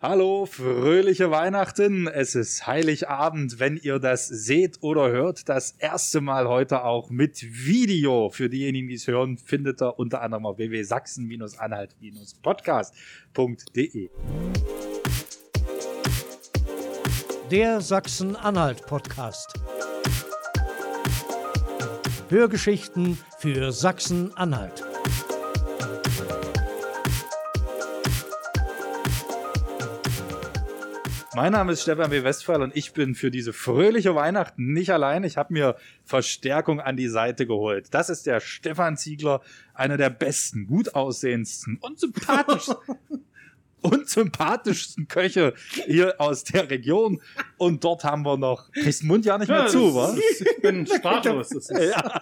Hallo, fröhliche Weihnachten. Es ist Heiligabend, wenn ihr das seht oder hört. Das erste Mal heute auch mit Video. Für diejenigen, die es hören, findet ihr unter anderem auf www.sachsen-anhalt-podcast.de. Der Sachsen-Anhalt-Podcast. Hörgeschichten für Sachsen-Anhalt. Mein Name ist Stefan W. Westphal und ich bin für diese fröhliche Weihnachten nicht allein. Ich habe mir Verstärkung an die Seite geholt. Das ist der Stefan Ziegler, einer der besten, gut aussehendsten und sympathischsten. Und sympathischsten Köche hier aus der Region. Und dort haben wir noch. Kriegst den Mund ja nicht mehr zu, wa? Ich bin sprachlos. Das ist Ja.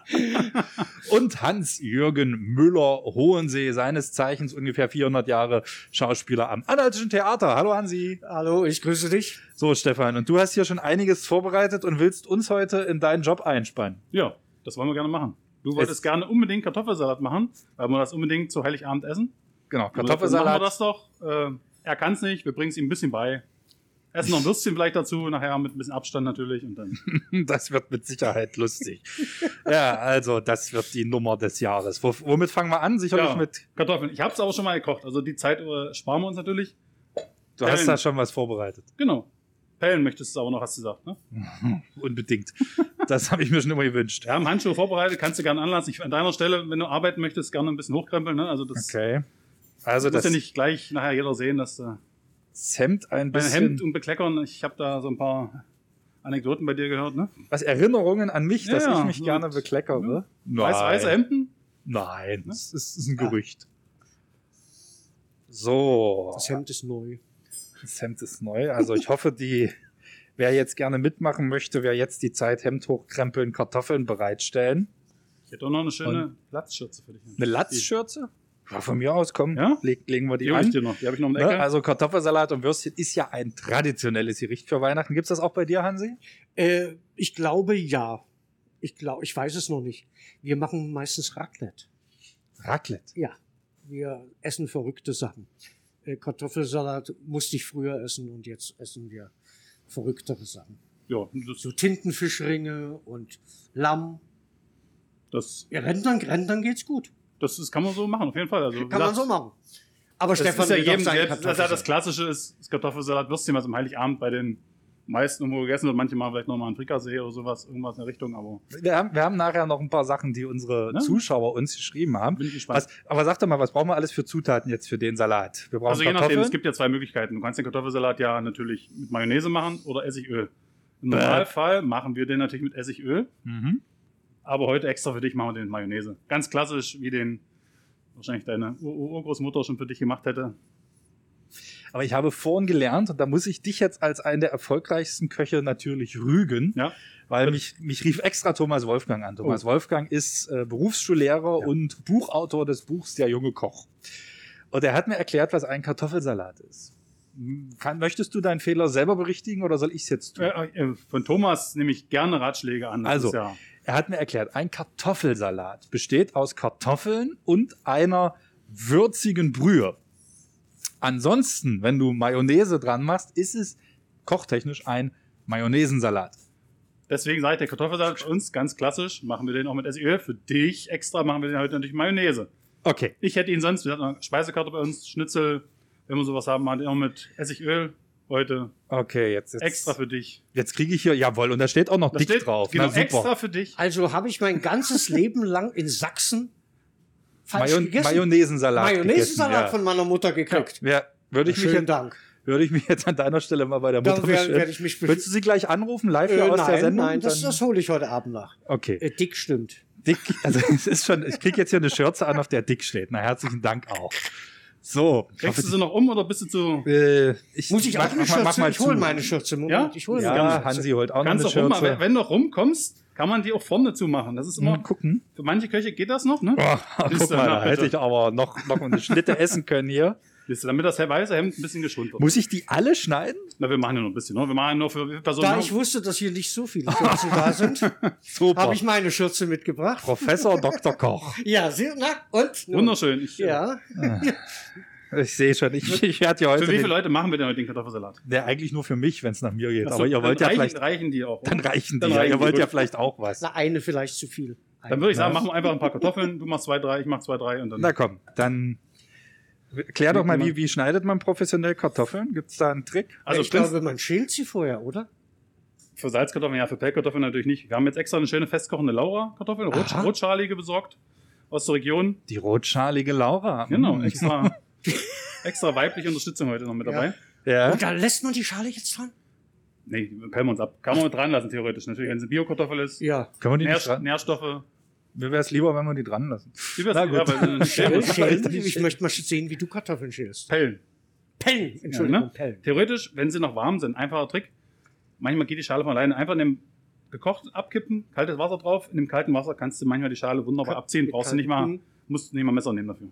Und Hans-Jürgen Müller Hohensee, seines Zeichens ungefähr 400 Jahre Schauspieler am Anhaltischen Theater. Hallo Hansi. Hallo, ich grüße dich. So Stefan, und du hast hier schon einiges vorbereitet und willst uns heute in deinen Job einspannen. ja, das wollen wir gerne machen. Du Es- wolltest gerne unbedingt Kartoffelsalat machen, weil wir das unbedingt zu Heiligabend essen. Also Genau, Dann machen wir Kartoffelsalat. das doch. Äh, er kann es nicht, wir bringen es ihm ein bisschen bei. Essen noch ein Würstchen vielleicht dazu, nachher mit ein bisschen Abstand natürlich und dann. Das wird mit Sicherheit lustig. ja, also das wird die Nummer des Jahres. Wo- Womit fangen wir an? Sicherlich Ja, mit. Kartoffeln. Ich habe es aber schon mal gekocht, also die Zeit äh, sparen wir uns natürlich. Du hast Pellen. da schon was vorbereitet. Genau. Pellen möchtest du aber noch, hast du gesagt. Ne? Unbedingt. Das habe ich mir schon immer gewünscht. Wir haben Handschuhe vorbereitet, kannst du gerne anlassen. Ich, an deiner Stelle, wenn du arbeiten möchtest, gerne ein bisschen hochkrempeln. Ne? Also das Okay. Also muss das ja nicht gleich nachher jeder sehen, dass äh, du. Hemd ein Mein bisschen. Hemd und Bekleckern, ich habe da so ein paar Anekdoten bei dir gehört, ne? Was Erinnerungen an mich, dass Ja, ich mich gut. gerne bekleckere? Nein. Weiß, weiße Hemden? Nein, das ist, ist ein Ah. Gerücht. So, Das Hemd ist neu. das Hemd ist neu. Also ich hoffe, die, wer jetzt gerne mitmachen möchte, wer jetzt die Zeit Hemd hochkrempeln, Kartoffeln bereitstellen. Ich hätte auch noch eine schöne Latzschürze für dich. Eine Latzschürze? Ja, von mir aus, komm, Ja? leg, legen wir Die, die, die hol ich an. dir noch. Die habe ich noch in der Ne? Ecke. Also Kartoffelsalat und Würstchen ist ja ein traditionelles Gericht für Weihnachten. Gibt's das auch bei dir, Hansi? Äh, ich glaube ja. Ich glaube, ich weiß es noch nicht. Wir machen meistens Raclette. Raclette. Ja, wir essen verrückte Sachen. Äh, Kartoffelsalat musste ich früher essen und jetzt essen wir verrücktere Sachen. ja, das, So Tintenfischringe und Lamm. das, Ja, Rendern, Rendern geht's gut. das, das kann man so machen, auf jeden Fall. Also, wie Kann man gesagt, so machen. Aber Das Stefan ist ja will doch jedem seinen selbst, das, ist ja das Kartoffelsalat. Klassische ist, ist Kartoffelsalat, Würstchen, was am Heiligabend bei den meisten irgendwo gegessen wird. Manche machen vielleicht nochmal einen Frikassee oder sowas, irgendwas in der Richtung, aber Wir haben, wir haben nachher noch ein paar Sachen, die unsere Ne? Zuschauer uns geschrieben haben. bin ich gespannt. Was, aber sag doch mal, was brauchen wir alles für Zutaten jetzt für den Salat? Wir brauchen also je nachdem, Kartoffeln. es gibt ja zwei Möglichkeiten. Du kannst den Kartoffelsalat ja natürlich mit Mayonnaise machen oder Essigöl. Im Normalfall machen wir den natürlich mit Essigöl. mhm. Aber heute extra für dich machen wir den mit Mayonnaise. Ganz klassisch, wie den wahrscheinlich deine Ur- Ur- Urgroßmutter schon für dich gemacht hätte. Aber ich habe vorhin gelernt, und da muss ich dich jetzt als einen der erfolgreichsten Köche natürlich rügen, Ja. Oh. weil mich, mich rief extra Thomas Wolfgang an. Thomas Wolfgang ist äh, Berufsschullehrer und Buchautor des Buchs Der junge Koch. Und er hat mir erklärt, was ein Kartoffelsalat ist. M- Kann, möchtest du deinen Fehler selber berichtigen oder soll ich es jetzt tun? Äh, äh, Von Thomas nehme ich gerne Ratschläge an. Das Also. ist ja, Er hat mir erklärt, ein Kartoffelsalat besteht aus Kartoffeln und einer würzigen Brühe. Ansonsten, wenn du Mayonnaise dran machst, ist es kochtechnisch ein Mayonnaisensalat. deswegen sage ich, der Kartoffelsalat bei uns ganz klassisch. Machen wir den auch mit Essigöl. Für dich extra machen wir den heute natürlich mit Mayonnaise. Okay. Ich hätte ihn sonst, wir hatten eine Speisekarte bei uns, Schnitzel, wenn wir sowas haben, machen wir den auch mit Essigöl. Heute Okay, jetzt, jetzt, extra für dich. jetzt kriege ich hier, jawohl, und da steht auch noch Da dick steht drauf. Genau, Na super. extra für dich. Also habe ich mein ganzes Leben lang in Sachsen falsch Mayon gegessen. Mayonnaisensalat. Mayonnaise-Salat gegessen, von meiner Mutter gekriegt. ja. ja, würde ich, mich Schönen jetzt- Dank. würde ich mich jetzt an deiner Stelle mal bei der Mutter Dann werde, beschweren. werde ich mich Willst du sie gleich anrufen, live hier Äh, aus nein, der Sendung? nein, das, Dann- das hole ich heute Abend nach. okay. Äh, dick stimmt. Dick, also es ist schon, ich krieg jetzt hier eine Schürze an, auf der dick steht. Na, herzlichen Dank auch. So, ich Kriegst hoffe, du sie noch um oder bist du zu. die- äh, ich Muss ich mach- auch eine mach mal- Schürze? mach mal ich hole zu. meine Schürze. Moment, Ja? ich hole meine Ja, Schürze. Hansi holt auch noch Kannst eine auch rum, Schürze. aber wenn du rumkommst, kann man die auch vorne zumachen. Das ist immer. Mal Hm, gucken. Für manche Köche geht das noch, ne? Oh, guck Bist du mal, nach, da hätte bitte. ich aber noch, noch eine Schnitte essen können hier. Siehst du, damit das weiße Hemd ein bisschen geschont wird. Muss ich die alle schneiden? Na, wir machen ja noch ein bisschen, ne? Wir machen ja nur für wie viele Personen. Da ich wusste, dass hier nicht so viele Schürzen da sind, Super. habe ich meine Schürze mitgebracht. Professor Dr. Koch. Ja, sie, na, und? Nun, Wunderschön. Ich, Ja. Ich sehe schon, ich, ich werde ja heute. äh, Für wie viele den, Leute machen wir denn heute den Kartoffelsalat? der eigentlich nur für mich, wenn es nach mir geht. Ach so, Aber ihr dann wollt ja reichen, vielleicht. reichen die auch. Dann reichen die. Dann ja. reichen ihr die wollt ja wirklich. vielleicht auch was. Na, eine vielleicht zu viel. Eine. Dann würde ich sagen, Na. machen wir einfach ein paar Kartoffeln. Du machst zwei, drei, ich mach zwei, drei und dann. Na komm, dann klär doch mal, wie, wie schneidet man professionell Kartoffeln? Gibt es da einen Trick? also ich Prinz- glaube, man schält sie vorher, oder? für Salzkartoffeln, ja, für Pellkartoffeln natürlich nicht. Wir haben jetzt extra eine schöne festkochende Laura-Kartoffel, rot, Aha. rotschalige besorgt aus der Region. Mhm. Die rotschalige Laura. Genau, Mm. extra, extra weibliche Unterstützung heute noch mit Ja. dabei. Ja. Und da lässt man die Schale jetzt dran? Nee, die pellen wir uns ab. Kann man mit dran lassen, theoretisch. Natürlich, wenn es eine Biokartoffel ist. Ja. Können wir die nicht Nährst dran? Nährstoffe. Mir wäre es lieber, wenn wir die dran lassen. Die wirst Na ja, halt gut. weil sie nicht schälen musst. Schälen? Schälen? Ich möchte mal sehen, wie du Kartoffeln schälst. Pellen. Pellen, Entschuldigung, Ja, ne? Pellen. Theoretisch, wenn sie noch warm sind, einfacher Trick. Manchmal geht die Schale von alleine. Einfach in dem gekocht abkippen, kaltes Wasser drauf. In dem kalten Wasser kannst du manchmal die Schale wunderbar abziehen. Brauchst du nicht mal, Hm. musst du nicht mal Messer nehmen dafür.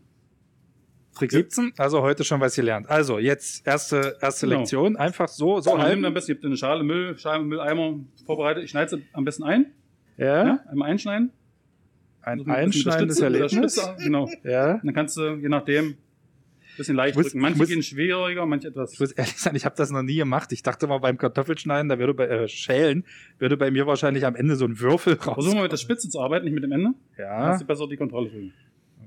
Trick 17. Also heute schon was gelernt. Also jetzt erste, erste Genau. Lektion. Einfach so, so So, nimm am halb. besten, ihr habt eine Schale, Müll, Schale, Mülleimer vorbereitet. Ich schneide sie am besten ein. Ja. Ja? Einmal einschneiden. Ein Mit der einschneidendes Spitze- mit der Erlebnis. Spitze, Genau. Ja. Und dann kannst du, je nachdem, ein bisschen leicht Ich muss- drücken. Manche ich muss- gehen schwieriger, manche etwas. Ich muss ehrlich sein, ich habe das noch nie gemacht. Ich dachte mal beim Kartoffelschneiden, da würde bei äh, Schälen, würde bei mir wahrscheinlich am Ende so ein Würfel raus. Versuchen wir mit der Spitze zu arbeiten, nicht mit dem Ende. Dann Ja. hast du besser die Kontrolle drüber.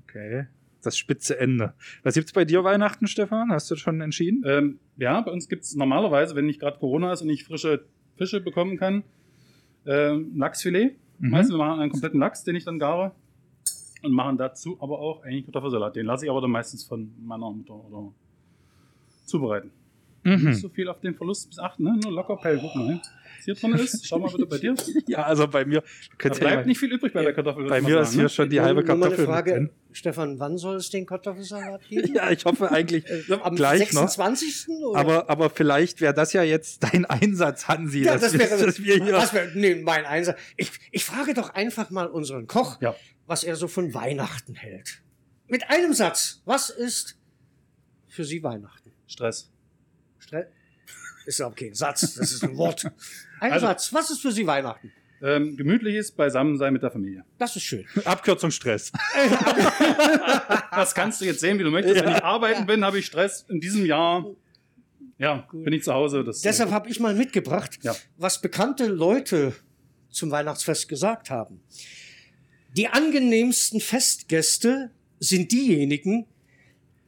Okay. Das spitze Ende. Was gibt's bei dir Weihnachten, Stefan? Hast du schon entschieden? Ähm, ja, bei uns gibt es normalerweise, wenn nicht gerade Corona ist und ich frische Fische bekommen kann, ähm, Lachsfilet. Mhm. Meistens wir machen einen kompletten Lachs, den ich dann gare. Und machen dazu aber auch eigentlich Kartoffelsalat. Den lasse ich aber dann meistens von meiner Mutter oder zubereiten. Nicht Mhm. so viel auf den Verlust bis achten, ne? Nur locker Pell. Guck mal, was hier drin ist. Schau mal bitte bei dir. Da Ja, also bei mir. könnt ihr ja bleibt mal- nicht viel übrig bei der Kartoffel. bei würd ich mal mir ist sagen, ne? hier schon die Nur- halbe nur mal eine Kartoffel. Frage, mit Stefan, wann soll es den Kartoffelsalat drin. geben? Ja, ich hoffe eigentlich Äh, Am gleich noch. 26. Oder? Aber, aber vielleicht wäre das ja jetzt dein Einsatz, Hansi. ja, dass das wir- wäre, dass wir hier das wäre nee, mein Einsatz. Ich, ich frage doch einfach mal unseren Koch, Ja. was er so von Weihnachten hält. Mit einem Satz. Was ist für Sie Weihnachten? ne? Stress. Stre- Ist ja okay, ein Satz, das ist ein Wort. Ein Also- Satz, was ist für Sie Weihnachten? Ähm, gemütliches Beisammensein mit der Familie. Das ist schön. Abkürzung Stress. Das kannst du jetzt sehen, wie du möchtest. Wenn ich arbeiten bin, habe ich Stress. In diesem Jahr, ja, bin ich zu Hause. Das Deshalb habe ich mal mitgebracht, Ja. was bekannte Leute zum Weihnachtsfest gesagt haben. Die angenehmsten Festgäste sind diejenigen,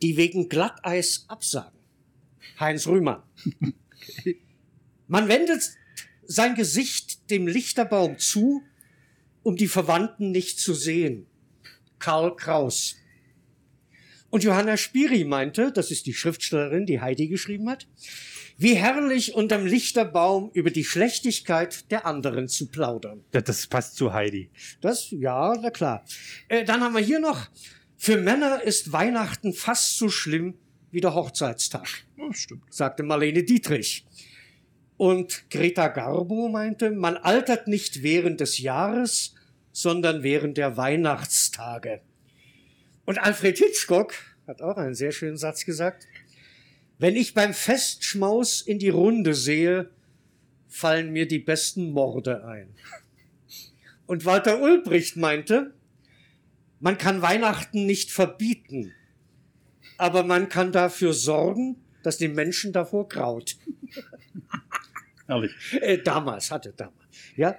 die wegen Glatteis absagen. Heinz Rühmann. Man wendet sein Gesicht dem Lichterbaum zu, um die Verwandten nicht zu sehen. Karl Kraus. Und Johanna Spiri meinte, das ist die Schriftstellerin, die Heidi geschrieben hat, wie herrlich unterm Lichterbaum über die Schlechtigkeit der anderen zu plaudern. Ja, Das passt zu Heidi. Das, ja, na klar. Äh, dann haben wir hier noch, für Männer ist Weihnachten fast so schlimm wie der Hochzeitstag, Oh, stimmt. sagte Marlene Dietrich. Und Greta Garbo meinte, man altert nicht während des Jahres, sondern während der Weihnachtstage. Und Alfred Hitchcock hat auch einen sehr schönen Satz gesagt. Wenn ich beim Festschmaus in die Runde sehe, fallen mir die besten Morde ein. Und Walter Ulbricht meinte, man kann Weihnachten nicht verbieten, aber man kann dafür sorgen, dass den Menschen davor graut. Ehrlich. Äh, damals, hatte damals. Ja?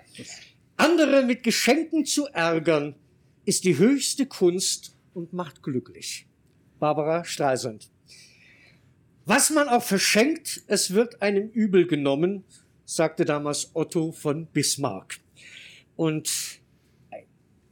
Andere mit Geschenken zu ärgern, ist die höchste Kunst und macht glücklich. Barbara Streisand. Was man auch verschenkt, es wird einem übel genommen, sagte damals Otto von Bismarck. Und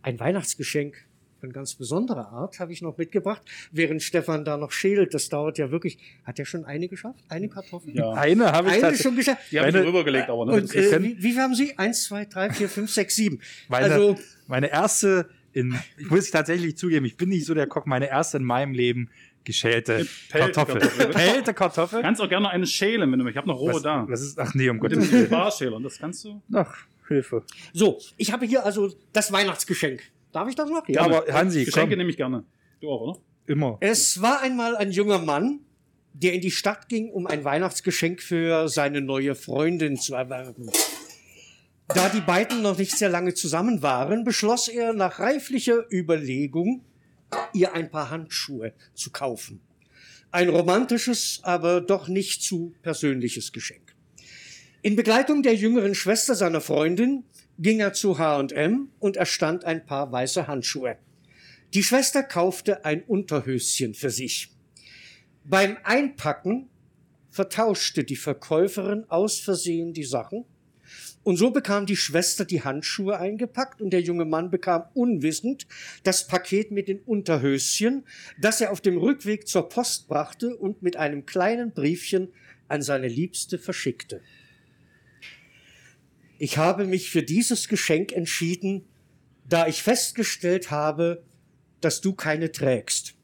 ein Weihnachtsgeschenk von ganz besonderer Art habe ich noch mitgebracht, während Stefan da noch schält. Das dauert ja wirklich. Hat er schon eine geschafft? Eine Kartoffel? Ja. Eine habe ich Eine tatsächlich. schon geschafft. Die habe ich Meine- rübergelegt, aber ne? Und das äh, können- wie, wie viel haben Sie? Eins, zwei, drei, vier, fünf, sechs, sieben. Meine, also meine erste in, ich muss tatsächlich zugeben, ich bin nicht so der Kock, meine erste in meinem Leben geschälte Pellte Kartoffel. Kartoffel. Pellte Kartoffel. kannst auch gerne eine schälen, wenn du möchtest. Ich habe noch rohe was, Oh, da. was ist, ach nee, um Mit Gottes Willen. dem Barschäler. Und das kannst du. Ach, Hilfe. so, ich habe hier also das Weihnachtsgeschenk. Darf ich das noch? Ja, Gerne. aber Hansi, komm. Geschenke nehme Also, ich gerne. Du auch, oder? Immer. Es war einmal ein junger Mann, der in die Stadt ging, um ein Weihnachtsgeschenk für seine neue Freundin zu erwerben. Da die beiden noch nicht sehr lange zusammen waren, beschloss er nach reiflicher Überlegung, ihr ein paar Handschuhe zu kaufen. Ein romantisches, aber doch nicht zu persönliches Geschenk. In Begleitung der jüngeren Schwester seiner Freundin ging er zu H&M und erstand ein paar weiße Handschuhe. Die Schwester kaufte ein Unterhöschen für sich. Beim Einpacken vertauschte die Verkäuferin aus Versehen die Sachen und so bekam die Schwester die Handschuhe eingepackt und der junge Mann bekam unwissend das Paket mit den Unterhöschen, das er auf dem Rückweg zur Post brachte und mit einem kleinen Briefchen an seine Liebste verschickte. Ich habe mich für dieses Geschenk entschieden, da ich festgestellt habe, dass du keine trägst,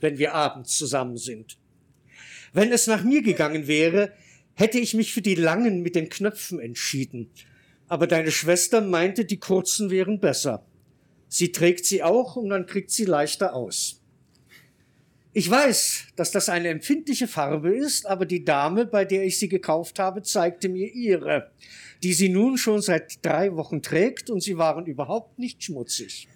wenn wir abends zusammen sind. Wenn es nach mir gegangen wäre, hätte ich mich für die langen mit den Knöpfen entschieden. Aber deine Schwester meinte, die kurzen wären besser. Sie trägt sie auch und dann kriegt sie leichter aus. Ich weiß, dass das eine empfindliche Farbe ist, aber die Dame, bei der ich sie gekauft habe, zeigte mir ihre, die sie nun schon seit drei Wochen trägt und sie waren überhaupt nicht schmutzig.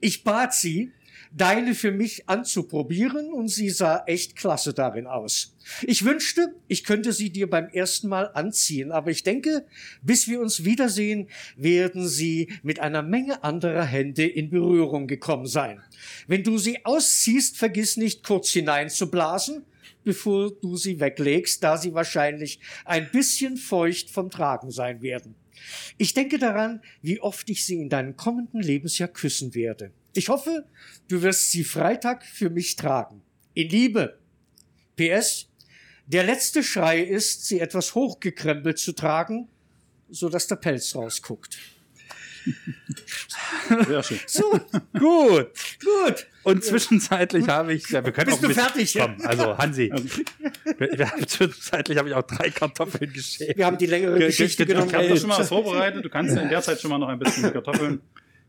Ich bat sie, deine für mich anzuprobieren und sie sah echt klasse darin aus. Ich wünschte, ich könnte sie dir beim ersten Mal anziehen, aber ich denke, bis wir uns wiedersehen, werden sie mit einer Menge anderer Hände in Berührung gekommen sein. Wenn du sie ausziehst, vergiss nicht kurz hineinzublasen, bevor du sie weglegst, da sie wahrscheinlich ein bisschen feucht vom Tragen sein werden. Ich denke daran, wie oft ich sie in deinem kommenden Lebensjahr küssen werde. Ich hoffe, du wirst sie Freitag für mich tragen. In Liebe. PS. Der letzte Schrei ist, sie etwas hochgekrempelt zu tragen, so dass der Pelz rausguckt. Sehr schön. So, Gut. gut. Und zwischenzeitlich habe ich, ja, wir können Bist auch du ein bisschen- fertig? Komm, also Hansi, wir, wir haben, zwischenzeitlich habe ich auch drei Kartoffeln geschält. Wir haben die längere Ge- Geschichte ge- ge- genommen. Ich habe doch schon mal was vorbereitet. Du kannst ja in der Zeit schon mal noch ein bisschen die Kartoffeln.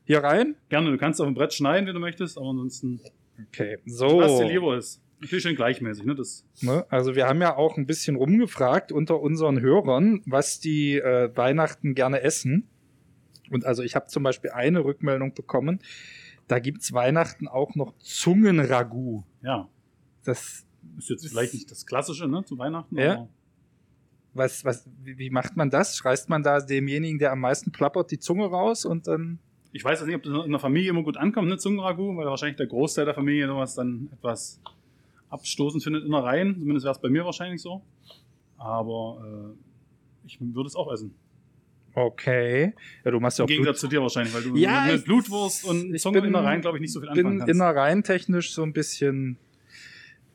Hier rein? Gerne, du kannst auf dem Brett schneiden, wenn du möchtest, aber ansonsten Okay, lass dir so. lieber ist. Natürlich schön gleichmäßig, ne? Das Ne? Also wir haben ja auch ein bisschen rumgefragt unter unseren Hörern, was die äh, Weihnachten gerne essen. Und also ich habe zum Beispiel eine Rückmeldung bekommen, da gibt's Weihnachten auch noch Zungenragout. ja, Das, ist jetzt vielleicht nicht das Klassische, ne? Zu Weihnachten. Ja. aber- was, was, wie wie macht man das? Schreist man da demjenigen, der am meisten plappert, die Zunge raus und dann Ich weiß jetzt nicht, ob das in der Familie immer gut ankommt, ne, Zungenragout, weil wahrscheinlich der Großteil der Familie sowas dann etwas abstoßend findet in der Reihe. Zumindest wäre es bei mir wahrscheinlich so. Aber äh, ich würde es auch essen. Okay. Ja, du machst ja Im auch Blut. Gegensatz zu dir wahrscheinlich, weil du Ja, mit ich- Blutwurst und ich Zunge bin- in der Reihe, glaube ich, nicht so viel anfangen Bin kannst. innereintechnisch so ein bisschen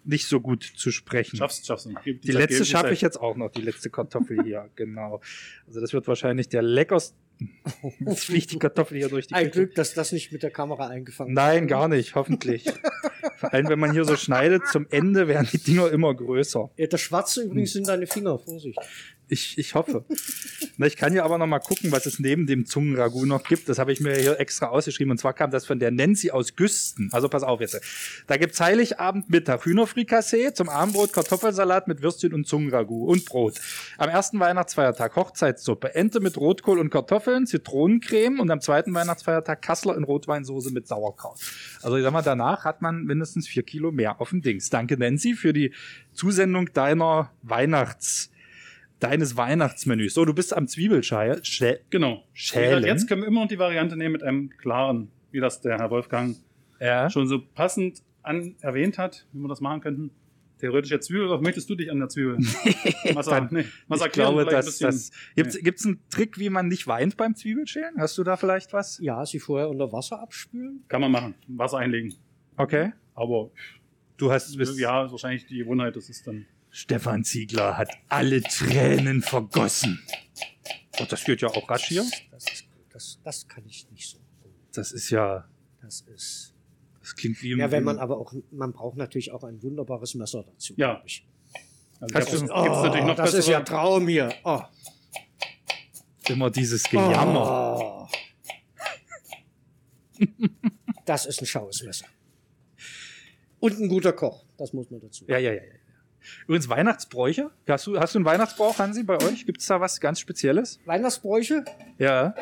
nicht so gut zu sprechen. Schaffst, schaffst du. Gib die Zeit, letzte gib die schaffe Zeit. ich jetzt auch noch, die letzte Kartoffel hier, genau. Also das wird wahrscheinlich der leckerste. Jetzt fliegt die Kartoffel hier durch die Ein Küche. Glück, dass das nicht mit der Kamera eingefangen Nein, gar nicht, hoffentlich. Vor allem, wenn man hier so schneidet, zum Ende werden die Dinger immer größer. Ja, Das Schwarze Hm. übrigens sind deine Finger, Vorsicht. Ich, ich hoffe. Na, ich kann ja aber noch mal gucken, was es neben dem Zungenragout noch gibt. Das habe ich mir hier extra ausgeschrieben. Und zwar kam das von der Nancy aus Güsten. Also pass auf jetzt. Da gibt's Heiligabend Mittag Hühnerfrikassee, zum Abendbrot Kartoffelsalat mit Würstchen und Zungenragout und Brot. Am ersten Weihnachtsfeiertag Hochzeitssuppe, Ente mit Rotkohl und Kartoffeln, Zitronencreme und am zweiten Weihnachtsfeiertag Kassler in Rotweinsoße mit Sauerkraut. Also ich sag mal, danach hat man mindestens vier Kilo mehr auf dem Dings. Danke Nancy für die Zusendung deiner Weihnachts- deines Weihnachtsmenüs. So, du bist am Zwiebelschälen. Genau. Schälen. Wie gesagt, Jetzt können wir immer noch die Variante nehmen mit einem klaren, wie das der Herr Wolfgang Ja. schon so passend an, erwähnt hat, wie wir das machen könnten. Theoretisch jetzt Zwiebel, aber möchtest du dich an der Zwiebel? Was, Dann- nee, was ich erklären glaube, vielleicht dass ein bisschen? das. Gibt's, gibt's einen Trick, wie man nicht weint beim Zwiebelschälen? Hast du da vielleicht was? Ja, sie vorher unter Wasser abspülen. Kann man machen. Wasser einlegen. Okay. Aber Du hast bist ja, ist wahrscheinlich die Gewohnheit, das ist dann. Stefan Ziegler hat alle Tränen vergossen. Oh, das geht ja auch rasch hier. Das, ist, das, das kann ich nicht so. Das ist ja. Das ist. Das klingt wie im- Ja, wenn man aber auch, man braucht natürlich auch ein wunderbares Messer dazu. Ja. glaub Ich. Also Hast gibt's- du- Oh, gibt's natürlich noch das ist bessere- ja ein Traum hier. Oh. immer dieses Gejammer. Oh. Das ist ein schaues Messer. Und ein guter Koch, das muss man dazu. Ja, ja, ja, ja. Übrigens, Weihnachtsbräuche? Hast du, hast du einen Weihnachtsbrauch, Hansi, bei euch? Gibt's da was ganz Spezielles? Weihnachtsbräuche? Ja.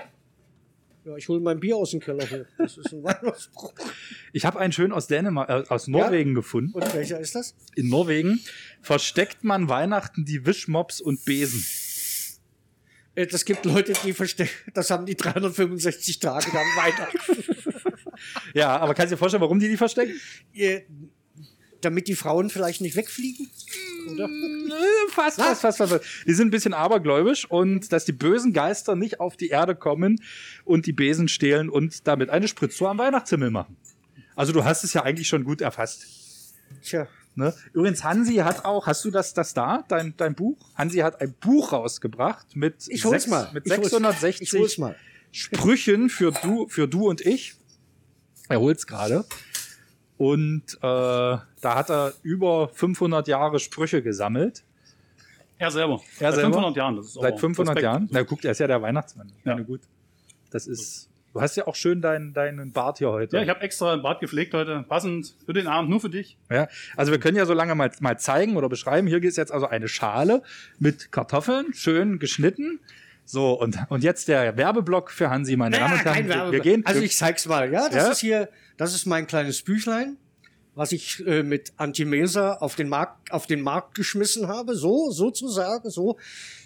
Ja, ich hole mein Bier aus dem Keller hoch. Das ist ein Weihnachtsbruch. Ich habe einen schön aus Dänemark, äh, aus Norwegen gefunden. Und welcher ist das? In Norwegen versteckt man Weihnachten die Wischmops und Besen. Äh, Das gibt Leute, die verstehen, das haben die 365 Tage dann weiter. Ja, aber kannst du dir vorstellen, warum die die verstecken? Äh, Damit die Frauen vielleicht nicht wegfliegen? Oder? Fast, fast, fast, fast. fast. Die sind ein bisschen abergläubisch und dass die bösen Geister nicht auf die Erde kommen und die Besen stehlen und damit eine Spritztour am Weihnachtshimmel machen. Also du hast es ja eigentlich schon gut erfasst. Tja. Ne? Übrigens, Hansi hat auch, hast du das, das da, dein, dein Buch? Hansi hat ein Buch rausgebracht mit, Ich hol's sechs- mal. mit Ich hol's- 660 Ich hol's mal. Sprüchen für du, für du und ich. Er holt's gerade. Und äh, da hat er über 500 Jahre Sprüche gesammelt. Er selber. Er Seit selber? 500 Jahren. Das ist aber Seit 500 Respekt. Jahren. Na guck, er ist ja der Weihnachtsmann. Ich Ja. meine, gut. Das ist. Du hast ja auch schön deinen, deinen Bart hier heute. Ja, ich habe extra den Bart gepflegt heute. Passend für den Abend, nur für dich. Ja, also wir können ja so lange mal, mal zeigen oder beschreiben. Hier ist jetzt also eine Schale mit Kartoffeln, schön geschnitten. So, und, und jetzt der Werbeblock für Hansi, meine Damen und Herren. Wir- wir gehen. also ich zeig's mal, ja, das Ja? ist hier, das ist mein kleines Büchlein, was ich äh, mit Antimesa auf den Markt auf den Markt geschmissen habe, so sozusagen, so.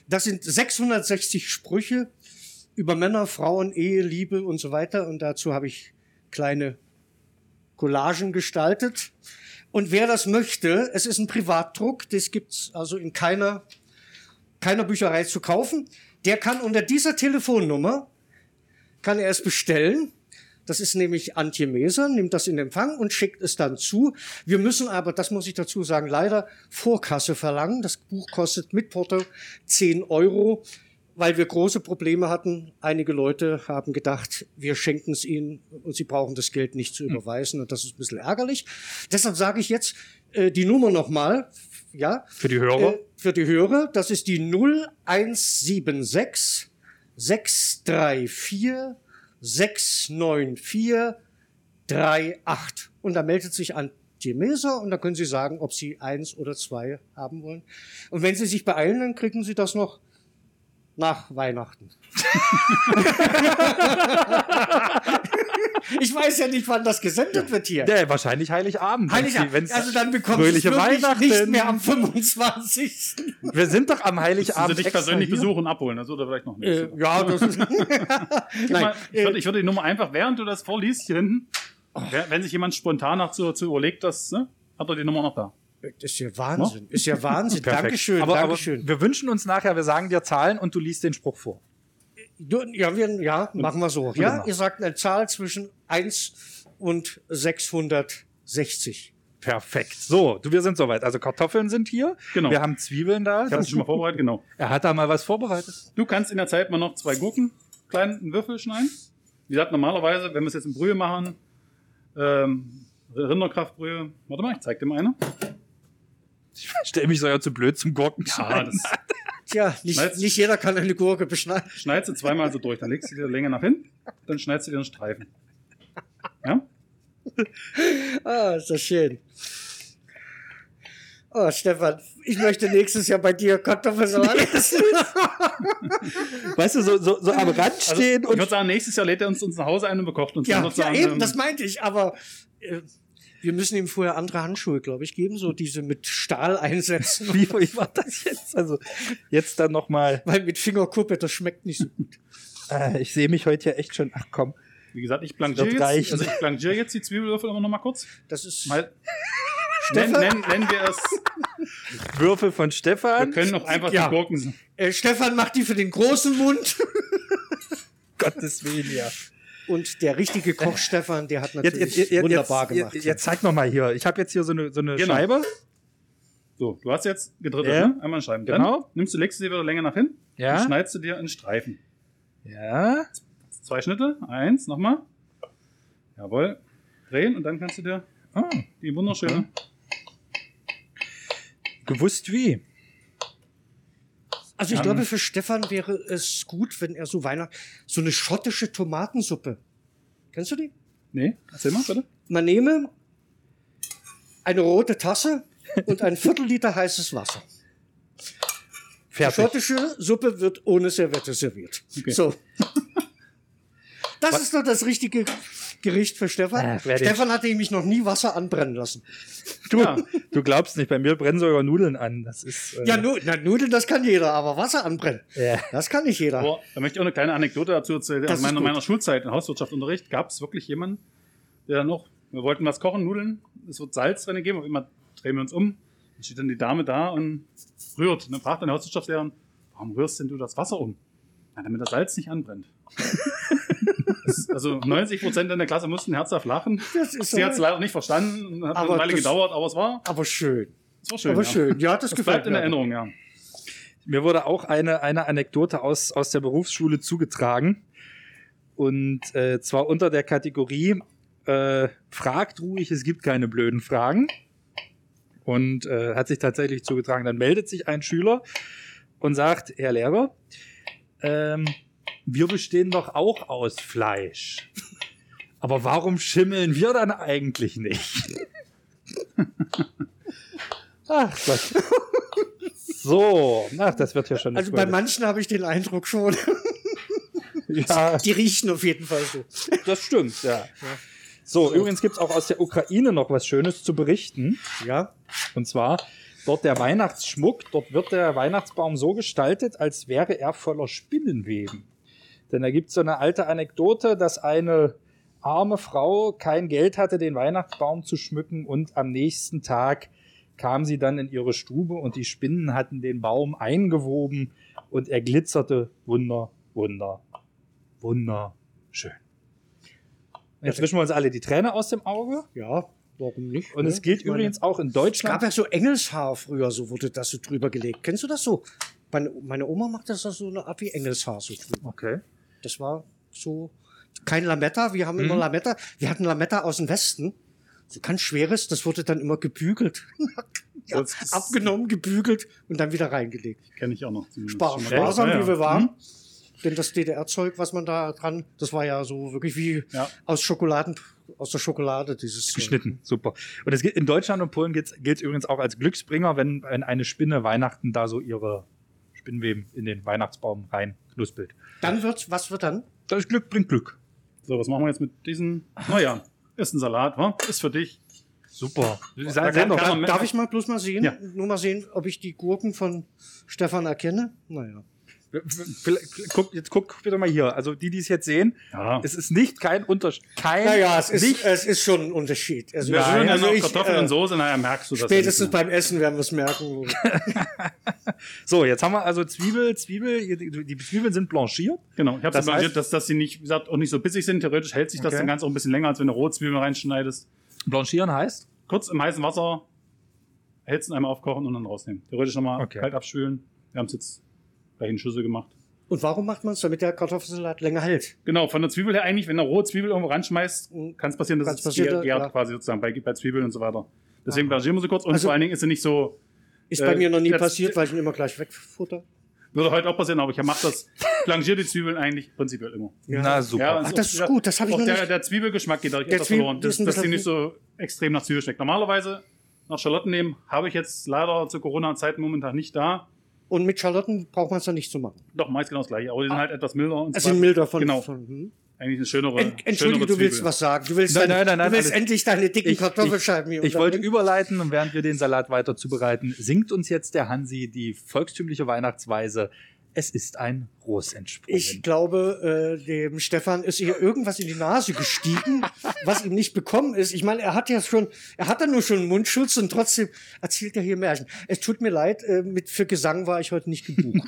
Das sind 660 Sprüche über Männer, Frauen, Ehe, Liebe und so weiter und dazu habe ich kleine Collagen gestaltet. Und wer das möchte, es ist ein Privatdruck, das gibt's also in keiner keiner Bücherei zu kaufen. Der kann unter dieser Telefonnummer kann er es bestellen. Das ist nämlich Antje Meser, nimmt das in Empfang und schickt es dann zu. Wir müssen aber, das muss ich dazu sagen, leider Vorkasse verlangen. Das Buch kostet mit Porto 10 Euro, weil wir große Probleme hatten. Einige Leute haben gedacht, wir schenken es ihnen und sie brauchen das Geld nicht zu überweisen und das ist ein bisschen ärgerlich. Deshalb sage ich jetzt äh, die Nummer nochmal. Ja, für die Hörer. äh, für die Hörer, das ist die 0176 634 694 38. Und da meldet sich an Meser und da können Sie sagen, ob Sie eins oder zwei haben wollen. Und wenn Sie sich beeilen, dann kriegen Sie das noch nach Weihnachten. ich weiß ja nicht, wann das gesendet wird hier. Ja, wahrscheinlich Heiligabend. wenn's die- wenn's- Heiligabend. Also dann bekommst du es fröhliche wirklich Weihnachten. nicht mehr am 25. Wir sind doch am Müssen sie Heiligabend. dich extra persönlich hier. besuchen, abholen. Das würde vielleicht noch nicht. Äh, ja, das ist. äh, Nein, ich, würde, ich würde die Nummer einfach, während du das vorliest, hier hinten, wer- wenn sich jemand spontan noch zu, zu überlegt, das, ne, hat er die Nummer noch da. äh, das ist ja Wahnsinn. Ist ja Wahnsinn. Perfekt. Dankeschön, aber, Dankeschön. Aber wir wünschen uns nachher, wir sagen dir Zahlen und du liest den Spruch vor. du, ja, wir, ja, machen wir so. Ja, Genau. ihr sagt eine Zahl zwischen 1 und 660. Perfekt. So, du, wir sind soweit. Also Kartoffeln sind hier. Genau. Wir haben Zwiebeln da. Ich habe Das- es schon mal vorbereitet, genau. er hat da mal was vorbereitet. Du kannst in der Zeit mal noch zwei Gurken, kleinen Würfel schneiden. Wie gesagt, normalerweise, wenn wir es jetzt in Brühe machen, ähm, Rinderkraftbrühe. Warte mal, ich zeig dir mal eine. Ich stell mich so ja zu blöd zum Gurken. Ah, das Tja, nicht, Meinst- nicht jeder kann eine Gurke beschneiden. schneidest du zweimal so durch, dann legst du die Länge nach hinten, dann schneidest du dir einen Streifen. Ja? Ah, ist das schön. Oh, Stefan, ich möchte nächstes Jahr bei dir Kartoffelsalat essen. Weißt du, so, so, so am Rand Also stehen Ich würde sagen, nächstes Jahr lädt er uns, uns nach Hause ein und bekocht uns. dann ja, ja, sozusagen, eben, ähm, das meinte ich, aber äh, wir müssen ihm vorher andere Handschuhe, glaube ich, geben, so diese mit Stahl einsetzen. und wie, wie war das jetzt? Also jetzt dann nochmal. Weil mit Fingerkuppe, das schmeckt nicht so gut. Äh, ich sehe mich heute ja echt schon. Ach komm. Wie gesagt, ich Das blanchiere wird jetzt, reichen. also ich blanchiere jetzt die Zwiebelwürfel immer noch mal kurz. Das ist. Mal, nennen, Stefan? nennen, nennen wir es. Würfel von Wir Stefan. können auch einfach Ja. die Gurken. Äh, Stefan macht die für den großen Mund. Gottes Willen, ja. Und der richtige Koch Stefan, der hat Jetzt, natürlich jetzt, jetzt, jetzt, wunderbar jetzt, gemacht. jetzt, zeig noch mal hier. Ich habe jetzt hier so eine, so eine Genau. Scheibe. So, du hast jetzt gedrittelt, Ja. ne? Einmal schreiben. Genau. Dann nimmst du, legst du dir wieder länger nach hin Ja. und schneidest du dir einen Streifen. Ja. Zwei Schnitte, eins, nochmal. Jawohl. Drehen und dann kannst du dir Ah, die wunderschöne. gewusst wie. also ich Ähm. glaube, für Stefan wäre es gut, wenn er so Weihnachten, so eine schottische Tomatensuppe. Kennst du die? Nee, erzähl mal, bitte. Man nehme eine rote Tasse und ein Viertel Liter heißes Wasser. Die Fertig. schottische Suppe wird ohne Serviette serviert. Okay. So. Das ist doch das richtige Gericht für Stefan. Ach, wer den- Stefan hatte nämlich noch nie Wasser anbrennen lassen. Du, Ja. du glaubst nicht, bei mir brennen sogar Nudeln an. Das ist. äh, Ja, nu na, Nudeln, das kann jeder, aber Wasser anbrennen, ja. das kann nicht jeder. Aber da möchte ich auch eine kleine Anekdote dazu erzählen. Das Aus ist meiner, gut. meiner Schulzeit, im Hauswirtschaftsunterricht, gab es wirklich jemanden, der dann noch, wir wollten was kochen, Nudeln, es wird Salz drin geben, aber immer drehen wir uns um. Dann steht dann die Dame da und rührt. Und dann fragt dann der Hauswirtschaftslehrer, warum rührst denn du das Wasser um? Na, damit das Salz nicht anbrennt. Das- also 90 Prozent in der Klasse mussten herzhaft lachen. Das ist Sie hat es aber, leider nicht verstanden, hat Aber eine Weile das- gedauert, aber es war, aber schön. es war schön. aber ja. schön. Ja, das, Es gefällt bleibt in mir. Erinnerung, ja. Mir wurde auch eine, eine Anekdote aus, aus der Berufsschule zugetragen. Und äh, zwar unter der Kategorie äh, Fragt ruhig, es gibt keine blöden Fragen. Und äh, hat sich tatsächlich zugetragen. Dann meldet sich ein Schüler und sagt, Herr Lehrer, ähm, wir bestehen doch auch aus Fleisch. Aber warum schimmeln wir dann eigentlich nicht? Ach Gott. So, ach, das wird ja schon. Also bei manchen habe ich den Eindruck schon, ja. die riechen auf jeden Fall so. Das stimmt, ja. So, übrigens gibt's auch aus der Ukraine noch was Schönes zu berichten. Ja, Und zwar dort der Weihnachtsschmuck. Dort wird der Weihnachtsbaum so gestaltet, als wäre er voller Spinnenweben. Denn da gibt's so eine alte Anekdote, dass eine arme Frau kein Geld hatte, den Weihnachtsbaum zu schmücken und am nächsten Tag kam sie dann in ihre Stube und die Spinnen hatten den Baum eingewoben und er glitzerte wunder, wunder, wunderschön. Jetzt wischen wir uns alle die Träne aus dem Auge. ja, warum nicht? Und ne? es gilt Ich meine, übrigens auch in Es gab Deutschland. ja so Engelshaar früher, so wurde das so drüber gelegt. Kennst du das so? Meine, meine Oma macht das so eine Art wie Engelshaar so drüber. Okay. Das war so kein Lametta, wir haben immer Mhm. Lametta. Wir hatten Lametta aus dem Westen. So ganz schweres, das wurde dann immer gebügelt. ja, Das ist- abgenommen, gebügelt und dann wieder reingelegt. Kenne ich auch noch. zumindest. Spar Schon mal sparsam, gehört. Ja, Hm? wie wir waren. Denn das DDR-Zeug, was man da dran, das war ja so wirklich wie Ja. aus Schokoladen, aus der Schokolade dieses Zeug. Geschnitten, super. Und es gilt, in Deutschland und Polen gilt es übrigens auch als Glücksbringer, wenn, wenn eine Spinne Weihnachten da so ihre Spinnweben in den Weihnachtsbaum rein knuspelt. Dann wird, was wird dann? Das Glück bringt Glück. So, was machen wir jetzt mit diesen? Naja, ist ein Salat, wa? Ist für dich. Super. Sei- Da sei kann- doch- kann- Darf, man- darf ich mal bloß mal sehen, Ja. nur mal sehen, ob ich die Gurken von Stefan erkenne? Naja. Vielleicht- guck, jetzt guck bitte mal hier. Also die, die es jetzt sehen, Ja. es ist nicht kein Unterschied. Kein Naja, es ist, nicht, es ist schon ein Unterschied. Also, wir schön also also ich, Kartoffeln äh, und Soße, naja, merkst du das. Spätestens ja beim Essen werden wir es merken. So, jetzt haben wir also Zwiebel, Zwiebel, die, die Zwiebeln sind blanchiert. nicht mehr. Genau, ich habe Das das arrangiert, heißt- dass, dass sie nicht, wie gesagt, auch nicht so bissig sind. Theoretisch hält sich das Okay. dann ganz auch ein bisschen länger, als wenn du Rohzwiebeln reinschneidest. Blanchieren heißt? Kurz im heißen Wasser hältst du einmal aufkochen und dann rausnehmen. Theoretisch nochmal Okay. kalt abspülen. Wir haben es jetzt gleich in Schüssel gemacht. Und warum macht man es? Damit der Kartoffelsalat länger hält. Genau, von der Zwiebel her eigentlich, wenn du rohe Zwiebel irgendwo ranschmeißt, kann es passieren, dass Kann's es passieren, passiert, ja. quasi sozusagen bei, bei Zwiebeln und so weiter. Deswegen Aha. blanchieren wir sie kurz und Also- vor allen Dingen ist sie nicht so Ist Äh, bei mir noch nie das- passiert, weil ich ihn immer gleich wegfutter. Würde heute auch passieren, aber ich mache das. Flangiere die Zwiebeln eigentlich prinzipiell immer. Na super. und Ach, auch das ist dieser- gut, das hab ich auch noch der, nicht- Der Zwiebelgeschmack geht dadurch Der etwas Zwiebel- verloren, das dass, ist ein dass die bisschen- nicht so extrem nach Zwiebel schmeckt. Normalerweise nach Schalotten nehmen, habe ich jetzt leider zu Corona-Zeiten momentan nicht da. Und mit Schalotten braucht man es dann nicht zu machen. Doch, meist genau das gleiche, aber die sind halt etwas milder. Und Also zwar- milder von. Genau, von hm? eigentlich eine schönere Ent, schönere Entschuldige, du willst Zwiebel. was sagen. Du willst, Nein, deine, nein, nein, nein, du willst alles- endlich deine dicken Kartoffelscheiben ich, hier ich wollte unterbringen. überleiten und während wir den Salat weiter zubereiten, singt uns jetzt der Hansi die volkstümliche Weihnachtsweise. Es ist ein Ros entsprungen. Ich glaube, äh, dem Stefan ist hier irgendwas in die Nase gestiegen, was ihm nicht bekommen ist. Ich meine, er hat ja schon, er hat ja nur schon einen Mundschutz und trotzdem erzählt er hier Märchen. Es tut mir leid, äh, mit, für Gesang war ich heute nicht gebucht.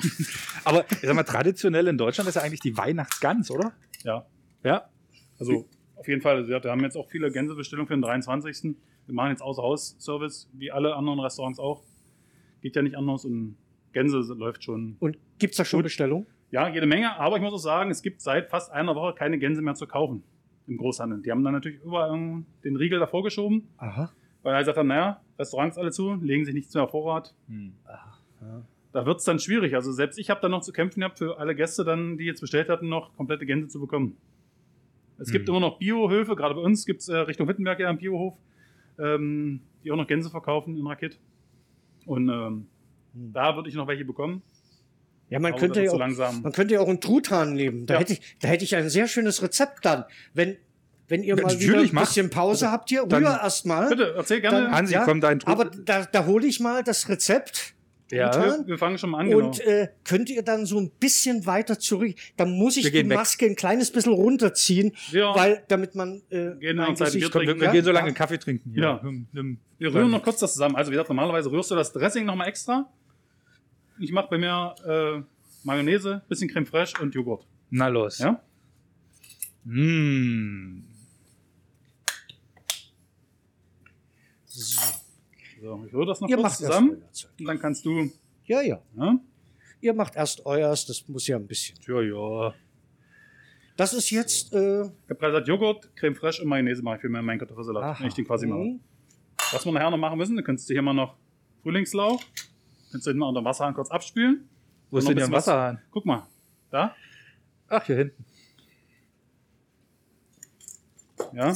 Aber ich sag mal, traditionell in Deutschland ist ja eigentlich die Weihnachtsgans, oder? Ja, Ja. also auf jeden Fall. Also, wir haben jetzt auch viele Gänsebestellungen für den 23. Wir machen jetzt Außer-Haus-Service, wie alle anderen Restaurants auch. Geht ja nicht anders und Gänse läuft schon Und gibt's da schon Bestellung? Ja, jede Menge, aber ich muss auch sagen, es gibt seit fast einer Woche keine Gänse mehr zu kaufen im Großhandel. Die haben dann natürlich überall ähm, den Riegel davor geschoben, Aha. weil er sagt dann, naja, Restaurants alle zu, legen sich nichts mehr auf Vorrat. Hm. Da wird's dann schwierig. Also selbst ich habe dann noch zu kämpfen gehabt, für alle Gäste dann, die jetzt bestellt hatten, noch komplette Gänse zu bekommen. Es gibt Hm. immer noch Biohöfe, gerade bei uns gibt's äh, Richtung Wittenberg ja einen Biohof, ähm, die auch noch Gänse verkaufen in Rakit. Und ähm, da würde ich noch welche bekommen. Ja, Hm. man Aber könnte das ja, ist so auch, langsam. man könnte ja auch in Truthahn leben. Da, Ja. hätte ich, da hätte ich ein sehr schönes Rezept dann. Wenn, wenn ihr Ja, mal wieder ein natürlich, mach. bisschen Pause habt hier, Dann- rüber erstmal. Also Bitte, erzähl gerne. Dann- Hansi, Ja, komm, dein Truth- Aber da, da hole ich mal das Rezept. Ja. Truthahn. wir fangen schon mal an, genau. Und äh, könnt ihr dann so ein bisschen weiter zurück? Da muss ich Wir die gehen weg. Maske ein kleines bisschen runterziehen, Ja. weil damit man äh, Gehen mein wir uns halt ein Gesicht- Bier Komm, wir, wir Ja, gehen so lange Kaffee trinken. hier. Ja. Nimm, nimm. Wir rühren noch kurz das zusammen. Also wie gesagt, normalerweise rührst du das Dressing nochmal extra. Ich mache bei mir äh, Mayonnaise, bisschen Creme Fraiche und Joghurt. Na los. Ja? Mm. So, ich rühre das noch Ihr kurz macht zusammen. erst euer Zeug. Und dann kannst du... ne? Ja, ja. Ja? Ihr macht erst euers. Das muss ja ein bisschen. Ja, ja. Das ist jetzt. Äh, Ich habe gerade gesagt, Joghurt, Creme Fraiche und Mayonnaise mache ich für meinen Kartoffelsalat, aha. wenn ich den quasi mache. Mhm. Was wir nachher noch machen müssen, dann kannst du hier mal noch Frühlingslauch, kannst du den mal unter dem Wasserhahn kurz abspülen. Wo ist Noch denn ein der bisschen was- Wasserhahn? Guck mal, da, Ach, hier hinten. ja.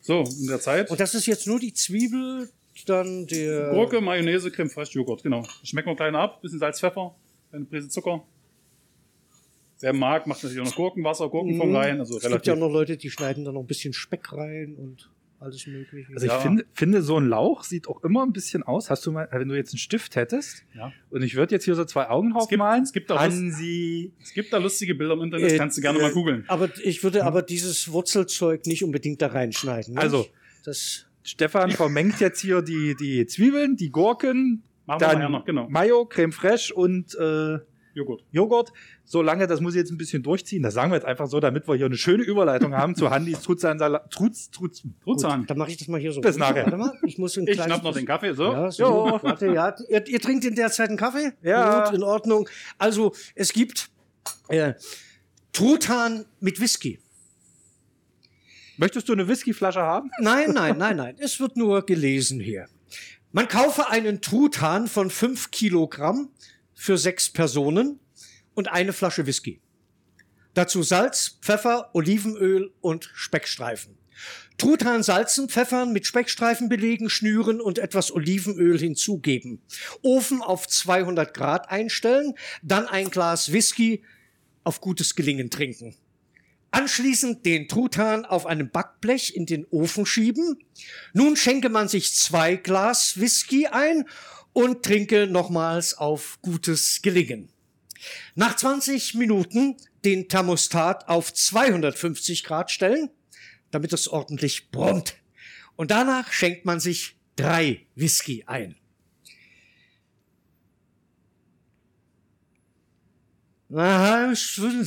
So, in der Zeit. Und das ist jetzt nur die Zwiebel, dann der. Gurke, Mayonnaise, Creme Fraiche, Joghurt, genau. Schmecken wir klein ab, bisschen Salz, Pfeffer, eine Prise Zucker. Wer mag, macht natürlich auch noch Gurkenwasser, Gurkenfond rein, also mhm. es gibt ja relativ. auch noch Leute, die schneiden da noch ein bisschen Speck rein und alles Mögliche. Also Ja. ich finde, finde, so ein Lauch sieht auch immer ein bisschen aus. Hast du mal, wenn du jetzt einen Stift hättest Ja. und ich würde jetzt hier so zwei Augen drauf gibt- malen. es gibt auch Hansi. Es gibt da lustige Bilder im Internet, Äh, kannst du gerne äh, mal googeln. Hm? aber ich würde aber dieses Wurzelzeug nicht unbedingt da reinschneiden. ne? Also. Das, Stefan vermengt jetzt hier die, die Zwiebeln, die Gurken, Machen wir nachher dann noch, genau. Mayo, Creme Fraiche und äh, Joghurt. Joghurt. Solange, das muss ich jetzt ein bisschen durchziehen. Das sagen wir jetzt einfach so, damit wir hier eine schöne Überleitung haben zu Handys Trutzahnsalat. Trutz, Trutz. Trutzahn. dann mache ich das mal hier so. Bis runter. nachher. Warte mal, ich muss ein Ich kleines schnapp noch den Kaffee, so. Ja, Jo. so gut, warte, ja. Ihr, ihr trinkt in der Zeit einen Kaffee? Ja. Gut, in Ordnung. Also, es gibt äh, Truthahn mit Whisky. Möchtest du eine Whiskyflasche haben? Nein, nein, nein, nein. Es wird nur gelesen hier. Man kaufe einen Truthahn von 5 Kilogramm für sechs Personen und eine Flasche Whisky. Dazu Salz, Pfeffer, Olivenöl und Speckstreifen. Truthahn salzen, pfeffern, mit Speckstreifen belegen, schnüren und etwas Olivenöl hinzugeben. Ofen auf 200 Grad einstellen, dann ein Glas Whisky auf gutes Gelingen trinken. Anschließend den Truthahn auf einem Backblech in den Ofen schieben. Nun schenke man sich zwei Glas Whisky ein und trinke nochmals auf gutes Gelingen. Nach 20 Minuten den Thermostat auf 250 Grad stellen, damit es ordentlich brummt. Und danach schenkt man sich drei Whisky ein. Aha, schön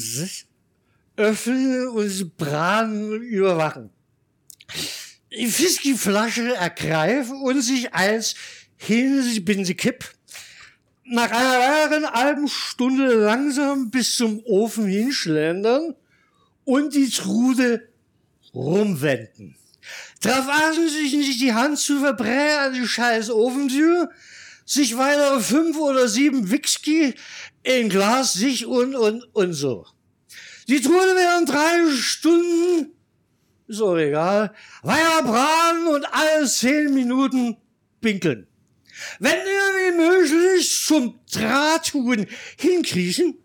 öffnen und braten und überwachen. Die Whiskyflasche ergreifen und sich als Hinbindekipp nach einer weiteren halben Stunde langsam bis zum Ofen hinschlendern und die Trude rumwenden. Darauf aßen sich nicht die Hand zu verbrennen an die scheiß Ofentür, sich weiter um fünf oder sieben Whisky in Glas sich und und und so. Die Trude während drei Stunden, ist auch egal, weiter braten und alle zehn Minuten pinkeln. Wenn irgendwie möglich zum Drahthuhn hinkriechen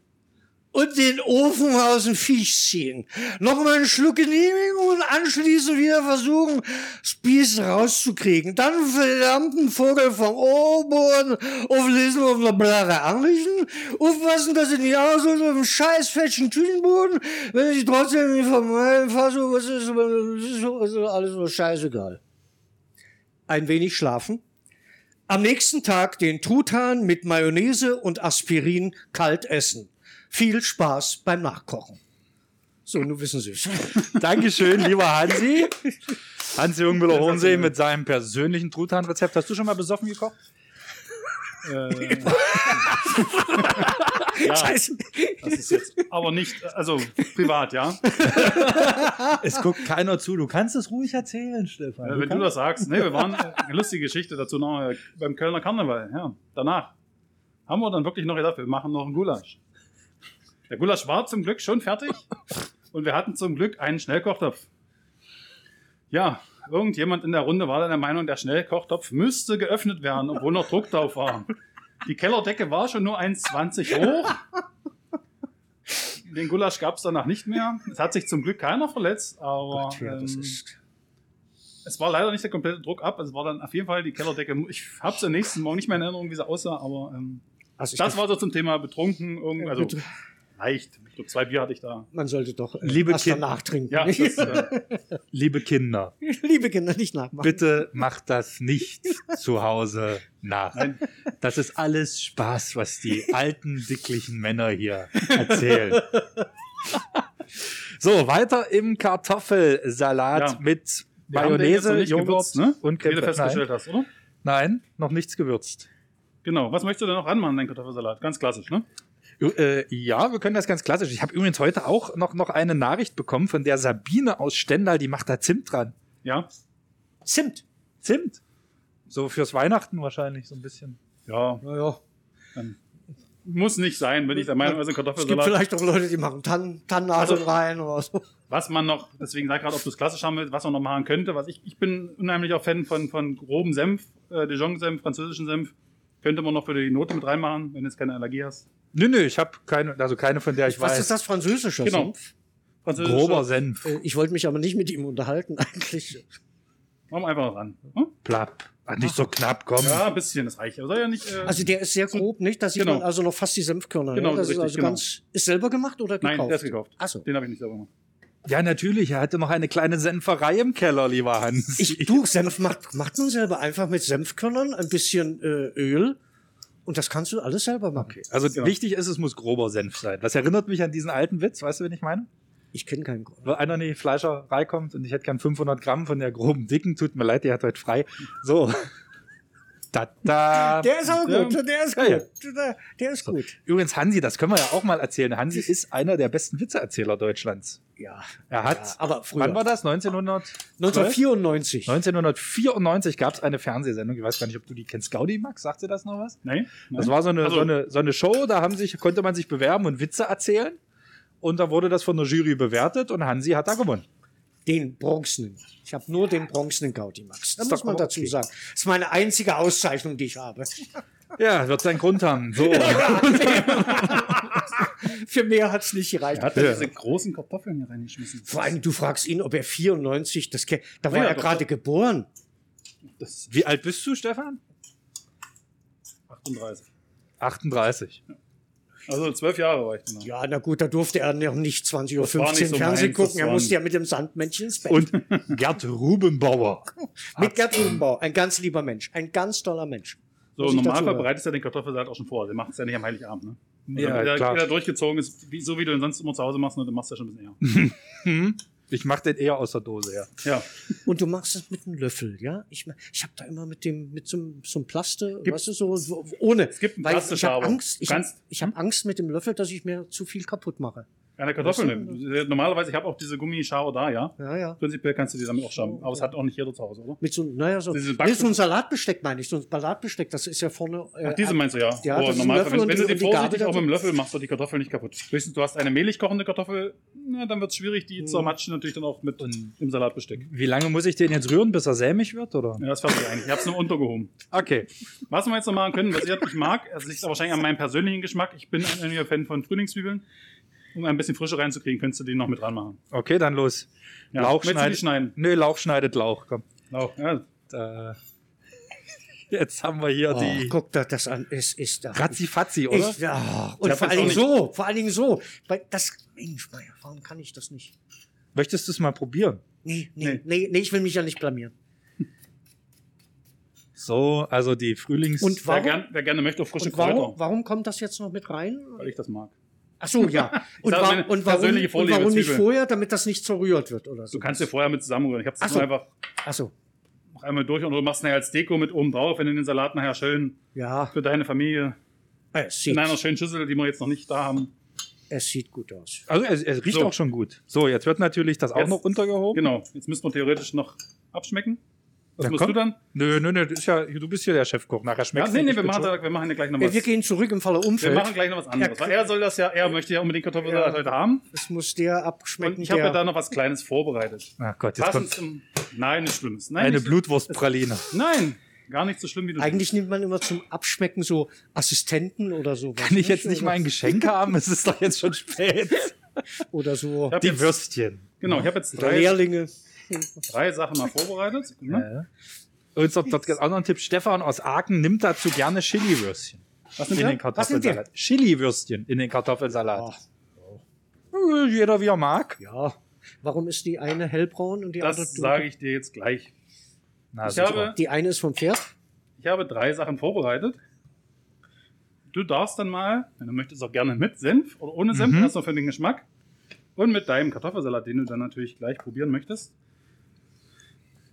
und den Ofen aus dem Viech ziehen. Nochmal einen Schluck genehmigen und anschließend wieder versuchen, Spieß rauszukriegen. Dann verdammten Vogel vom Ohrboden auflesen auf der Blare anrichten. Aufpassen, dass sie nicht aus auf dem scheiß fettchen Tütenboden, wenn sie trotzdem nicht vermeiden, fassen, was ist, was ist, was ist alles nur scheißegal. Ein wenig schlafen. Am nächsten Tag den Truthahn mit Mayonnaise und Aspirin kalt essen. Viel Spaß beim Nachkochen. So, nun wissen Sie es. Dankeschön, lieber Hansi. Hansi Jungmüller Hornsee mit seinem persönlichen Truthahnrezept. Hast du schon mal besoffen gekocht? Äh, ja, das ist jetzt aber nicht, also privat, ja. Es guckt keiner zu. Du kannst es ruhig erzählen, Stefan. Äh, wenn du das sagst. Nee, wir waren äh, eine lustige Geschichte dazu noch äh, beim Kölner Karneval. Ja, danach haben wir dann wirklich noch gedacht, wir machen noch einen Gulasch. Der Gulasch war zum Glück schon fertig und wir hatten zum Glück einen Schnellkochtopf. Ja, irgendjemand in der Runde war dann der Meinung, der Schnellkochtopf müsste geöffnet werden, obwohl noch Druck drauf war. Die Kellerdecke war schon nur 1,20 hoch. Den Gulasch gab es danach nicht mehr. Es hat sich zum Glück keiner verletzt, aber Gott, ja, das ähm, ist. es war leider nicht der komplette Druck ab. Es war dann auf jeden Fall die Kellerdecke. Ich hab's am nächsten Morgen nicht mehr in Erinnerung, wie sie aussah, aber ähm, Also ich das glaub, war so zum Thema betrunken. irgend- Also betr- leicht. Ich glaub, zwei Bier hatte ich da. man sollte doch äh, Liebe erst Kind- danach trinken. Ja, das, äh, Liebe Kinder, Liebe Kinder, nicht nachmachen. bitte macht das nicht zu Hause nach. Das ist alles Spaß, was die alten, dicklichen Männer hier erzählen. So, weiter im Kartoffelsalat Ja. mit wir haben den jetzt noch Mayonnaise, nicht Joghurt gewürzt, ne? und Wie Käse. du Nein, festgestellt hast, oder? nein, noch nichts gewürzt. Genau. Was möchtest du denn noch ranmachen, dein Kartoffelsalat? Ganz klassisch, ne? Ju- Äh, ja, wir können das ganz klassisch. Ich habe übrigens heute auch noch, noch eine Nachricht bekommen von der Sabine aus Stendal, die macht da Zimt dran. Ja. Zimt. Zimt. So fürs Weihnachten wahrscheinlich so ein bisschen. Ja. Naja, Muss nicht sein, bin ich der Meinung. Also es gibt Kartoffelsalat. vielleicht auch Leute, die machen Tannen, Tannennadeln Also- rein oder so. Was man noch, deswegen sag gerade, ob du es klassisch haben willst, was man noch machen könnte. Was ich, ich bin unheimlicher Fan von, von grobem Senf, äh, Dijon-Senf, französischen Senf. Könnte man noch für die Note mit reinmachen, wenn du jetzt keine Allergie hast. Nö, nö, ich habe keine, also keine von der ich Was weiß. ist das französische Genau. Senf? Französischer- Grober Senf. Äh, Ich wollte mich aber nicht mit ihm unterhalten eigentlich. Machen wir einfach ran. Hm? Plapp. Ah, nicht so knapp, komm. Ja, ein bisschen, das reicht. Aber soll ja nicht. Äh, Also der ist sehr grob, nicht? Da sieht Genau. man also noch fast die Senfkörner. Genau, ne? das ist richtig, also genau. ganz ist selber gemacht oder gekauft? nein, der ist gekauft. Achso. Den habe ich nicht selber gemacht. Ja, natürlich. Er hatte noch eine kleine Senferei im Keller, lieber Hans. Ich, du, Senf macht, macht man selber einfach mit Senfkörnern, ein bisschen äh, Öl und das kannst du alles selber machen. also Ja. wichtig ist, es muss grober Senf sein. Das erinnert mich an diesen alten Witz, weißt du, wen ich meine? Ich kenne keinen Grund. Wenn einer in die Fleischerei kommt und ich hätte gern 500 Gramm von der groben Dicken, tut mir leid, die hat heute frei. So. da, da. Der ist auch Ja. gut, der ist Ja, gut. Der, der ist gut. Übrigens, Hansi, das können wir ja auch mal erzählen. Hansi ist einer der besten Witzeerzähler Deutschlands. Ja. Er ja hat, aber früher. wann war das? 1900? 1994. 1994 gab es eine Fernsehsendung, ich weiß gar nicht, ob du die kennst. Gaudi Max, sagt dir das noch was? Nein? nein? Das war so eine, Also- so eine, so eine Show, da haben sich, konnte man sich bewerben und Witze erzählen. Und dann wurde das von der Jury bewertet und Hansi hat da gewonnen. Den bronzenen. Ich habe nur den bronzenen Gaudimax. Da Ist muss doch man aber dazu okay. sagen. Das ist meine einzige Auszeichnung, die ich habe. Ja, wird seinen Grund haben. So. Für mehr hat's nicht gereicht. er hat da Ja. diese großen Kartoffeln hier reingeschmissen. Vor allem, du fragst ihn, ob er 94, das ke- da war Naja, er doch. gerade geboren. Das Wie alt bist du, Stefan? 38. 38. Also zwölf Jahre war ich dann. Ja, na gut, da durfte er noch nicht 20.15 Uhr Das war nicht so Fernsehen meins, das gucken. Er waren- musste ja mit dem Sandmännchen ins Bett. Und Gerd Rubenbauer. mit Gerd Rubenbauer, ein ganz lieber Mensch, ein ganz toller Mensch. So, Muss ich dazu normal sagen. bereitest du ja den Kartoffelsalat auch schon vor. Den macht es ja nicht am Heiligabend, ne? Und Ja, damit der, klar. der durchgezogen ist, wie, so wie du ihn sonst immer zu Hause machst, ne, dann machst du ja schon ein bisschen eher. Hm? Ich mach den eher aus der Dose, ja. Hm. Ja. Und du machst es mit einem Löffel, ja? Ich, mein, ich habe da immer mit dem, mit so, einem- so einem Plaste, Gibt- weißt du, so, so ohne. Es gibt einen Ich Plastischer, habe aber Hm? Angst, ich, kannst- ich hab Angst mit dem Löffel, dass ich mir zu viel kaputt mache. Keine Kartoffeln nehmen. Normalerweise, ich habe auch diese Gummischare da, ja. Ja, ja. Prinzipiell kannst du die damit auch schaben. Aber es hat auch nicht jeder zu Hause, oder? Mit so einem, naja, so, Diese nee, Back- so ein Salatbesteck meine ich, so ein Salatbesteck, das ist ja vorne. Äh, Ach, diese meinst du ja. Oh, Ja, das ist ein normal, Löffel wenn, und wenn du die- die und die Gabel vorsichtig auch dazu. mit dem Löffel machst, wird die Kartoffel nicht kaputt. Höchstens du hast eine mehlig kochende Kartoffel, na, dann wird es schwierig, die Hm. zermatschen natürlich dann auch mit dem Salatbesteck. Wie lange muss ich den jetzt rühren, bis er sämig wird, oder? Ja, das fand ich eigentlich. Ich habe es nur untergehoben. Okay. Was wir jetzt noch machen können, was ich ich mag, es liegt aber wahrscheinlich an meinem persönlichen Geschmack. Ich bin ein einiger Fan von Frühlingszwiebeln. Um ein bisschen Frische reinzukriegen, könntest du den noch mit ranmachen. Okay, dann los. Ja, Lauch willst du die schneidet. schneiden? Nö, Lauch schneidet Lauch, komm. Lauch, ja. Äh, jetzt haben wir hier oh, die guck dir das an, es ist da. Ratzifatzi, oder? Ich, ja, und hab vor jetzt allen auch Dingen so, vor allen Dingen so. Weil das, Mensch, Meier, warum kann ich das nicht? Möchtest du es mal probieren? Nee, Nee. nee, nee, nee, ich will mich ja nicht blamieren. So, also die Frühlings... Und Wer, Warum? gern, wer gerne möchte, auch frische Und warum, Kräuter. warum kommt das jetzt noch mit rein? Weil ich das mag. Ach so, ja. Und, sag wa meine und warum, persönliche und Vorliebe, warum nicht Zwiebeln. vorher, damit das nicht zerrührt wird oder so? Du kannst dir vorher mit zusammenrühren. Ich habe Ach es so. einfach Ach so, noch einmal durch und du machst nachher als Deko mit oben drauf, wenn du den Salat nachher schön ja. für deine Familie Es sieht, in einer schönen Schüssel, die wir jetzt noch nicht da haben. es sieht gut aus. also es, es riecht So. auch schon gut. So, jetzt wird natürlich das auch Jetzt- noch untergehoben. Genau, jetzt müssen wir theoretisch noch abschmecken. Was Na, musst komm. du dann? Nö, nö, nö, das ist ja, du bist ja der Chefkoch. Nachher genau. Ja, schmeckt nee, nee, wir machen, da- wir machen ja gleich noch Wir, was. wir gehen zurück im Falle Wir Umfeld. machen gleich noch was anderes. Weil er soll das ja, er möchte ja unbedingt Kartoffelsalat heute haben. Es muss der Und abschmecken, ich habe ja der... da noch was Kleines vorbereitet. Ach Gott, jetzt Passend kommt zum. Nein, nichts Schlimmes. Nein, eine nicht- Blutwurstpraline. Nein, Gar nicht so schlimm, wie du Eigentlich nimmt man immer zum Abschmecken so Assistenten oder so. Kann ich jetzt nicht mein Geschenk haben? Es ist doch jetzt schon spät. Oder so Ich hab Die jetzt- Würstchen. Genau, ich habe jetzt oder drei, Lehrlinge. drei Sachen mal vorbereitet. Ne? Ja. Und so, dort gibt's auch noch einen Tipp. Stefan aus Aachen nimmt dazu gerne Chiliwürstchen Was in sind den Was die? sind die? Kartoffelsalat. Chiliwürstchen in den Kartoffelsalat. Äh, Jeder wie er mag. Ja. Warum ist die eine hellbraun und die andere Das sage ich dir jetzt gleich. Na, Ich super. habe, Die eine ist vom Pferd. ich habe drei Sachen vorbereitet. Du darfst dann mal, wenn du möchtest, auch gerne mit Senf oder ohne Senf, Mhm. erstmal für den Geschmack. Und mit deinem Kartoffelsalat, den du dann natürlich gleich probieren möchtest.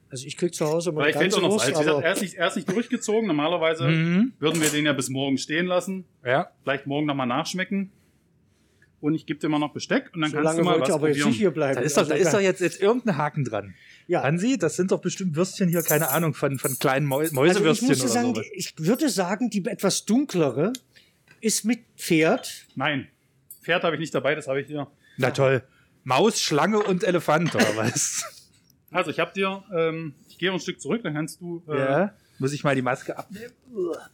Also ich krieg zu Hause mal Vielleicht fällt ganz schon noch Wurst, Salz. Wie gesagt, aber er ist, nicht, er ist nicht durchgezogen. Normalerweise Mhm. würden wir den ja bis morgen stehen lassen. Ja. Vielleicht morgen nochmal nachschmecken. Und ich gebe dir mal noch Besteck und dann so kannst du lange mal wollte was ich aber jetzt probieren. nicht hier bleiben. Da ist doch, da Also, ist doch jetzt, jetzt irgendein Haken dran. ja. Hansi, das sind doch bestimmt Würstchen hier, keine Ahnung, von, von kleinen Mäu Also ich, Mäusewürstchen muss dir oder sagen, sowas. ich würde sagen, die etwas dunklere ist mit Pferd. Nein, Pferd habe ich nicht dabei, das habe ich dir. Na toll. Maus, Schlange und Elefant, oder was? Also ich habe dir, ähm, ich gehe ein Stück zurück, dann kannst du. Äh, ja. Muss ich mal die Maske abnehmen?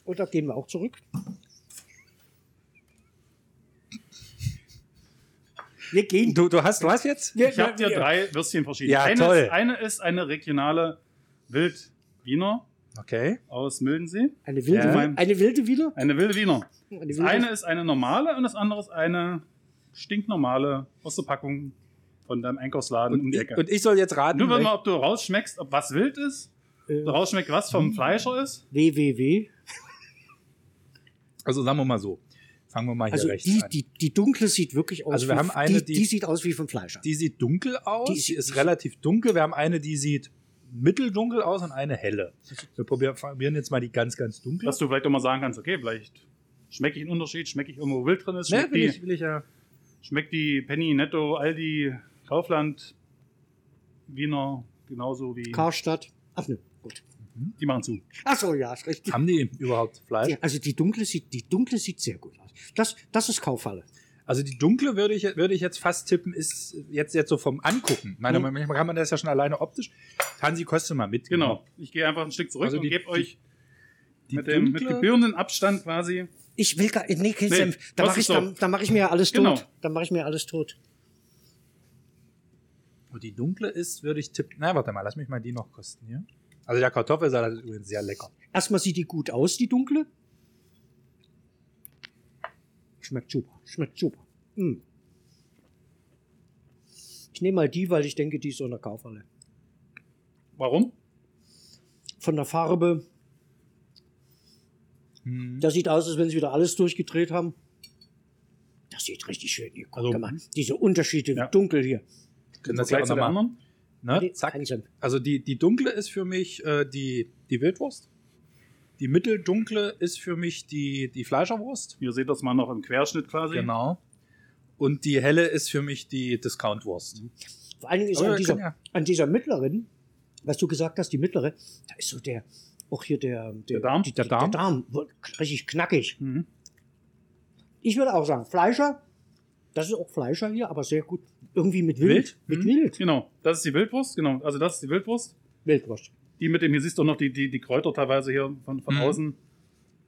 Und da gehen wir auch zurück. Wir gehen. Du, du hast was jetzt? Ja, Ich habe dir drei Würstchen verschieden. Ja, eine, toll. Ist, eine ist eine regionale Wildwiener Okay. aus Mildensee. Eine wilde, Ja. Wiele- eine wilde Wiele. Eine wilde Wiener. Eine Das wilde eine ist eine normale und das andere ist eine stinknormale aus der Packung von deinem Einkaufsladen um Und die ich, Ecke. und ich soll jetzt raten. Nur wenn mal, welch- ob du rausschmeckst, ob was wild ist, ob du äh, rausschmeckst, was Hm. vom Fleischer ist. WWW. also sagen wir mal so. Fangen wir mal hier Also rechts die, an. die, die dunkle sieht wirklich aus Also wir wie, haben eine, die, die- die sieht aus wie vom Fleischer. Die sieht dunkel aus, Die die, sieht- ist relativ dunkel. Wir haben eine, die sieht mitteldunkel aus und eine helle. Wir probieren, probieren jetzt mal die ganz, ganz dunkle. Ne? Dass du vielleicht auch mal sagen kannst, okay, vielleicht schmecke ich einen Unterschied, schmecke ich irgendwo wild drin ist, Ne, schmeckt, will die, ich, will ich ja. schmeckt die Penny, Netto, Aldi, Kaufland, Wiener, genauso wie... Karstadt. Ach ne, gut. die machen zu. Ach so, ja, ist richtig. Haben die überhaupt Fleisch? Ja, also die dunkle sieht, die dunkle sieht sehr gut aus. Das, das ist Kaufhalle. Also die dunkle würde ich, würde ich jetzt fast tippen, ist jetzt, jetzt so vom Angucken. Meine, Mhm. Manchmal kann man das ja schon alleine optisch. Hansi, koste mal mit. Genau. Ich gehe einfach ein Stück zurück Also und die- gebe die- euch Die mit, dem, mit dunkle- gebührenden Abstand quasi. Ich will gar nee, kein Nee, Senf. Da das mache ist ich, da, doch- da mach ich mir ja alles tot. Genau. Da mache ich mir alles tot. Und die dunkle ist, würde ich tippen. Na, warte mal, lass mich mal die noch kosten hier. Also der Kartoffelsalat ist übrigens sehr lecker. Erstmal sieht die gut aus, die dunkle. Schmeckt super, schmeckt super. Mm. Ich nehme mal die, weil ich denke, die ist so eine Kaufhalle. Warum? Von der Farbe, Hm. das sieht aus, als wenn sie wieder alles durchgedreht haben. Das sieht richtig schön hier. Guck Also- mal, diese Unterschiede, Ja. dunkel hier. Können Im das ja Vergleich auch zu der nochmal. anderen? Ne? Nee, Zack. kein Senf. Also die, die dunkle ist für mich äh, die, die Wildwurst. Die mitteldunkle ist für mich die, die Fleischerwurst. Ihr seht das mal noch im Querschnitt quasi. Genau. Und die helle ist für mich die Discountwurst. Vor allen Dingen ist Aber an wir dieser, können ja- an dieser mittleren, was du gesagt hast, die mittlere, da ist so der, auch hier der, Der Darm? Die, Der Darm? der Darm, wo- richtig knackig. Mhm. Ich würde auch sagen, Fleischer, das ist auch Fleischer hier, aber sehr gut. Irgendwie mit Wild. Wild? Mit Mhm. Wild. Genau. Das ist die Wildwurst. Genau. Also das ist die Wildwurst. Wildwurst. Die mit dem, hier siehst du auch noch die, die, die Kräuter teilweise hier von, von Mhm. außen.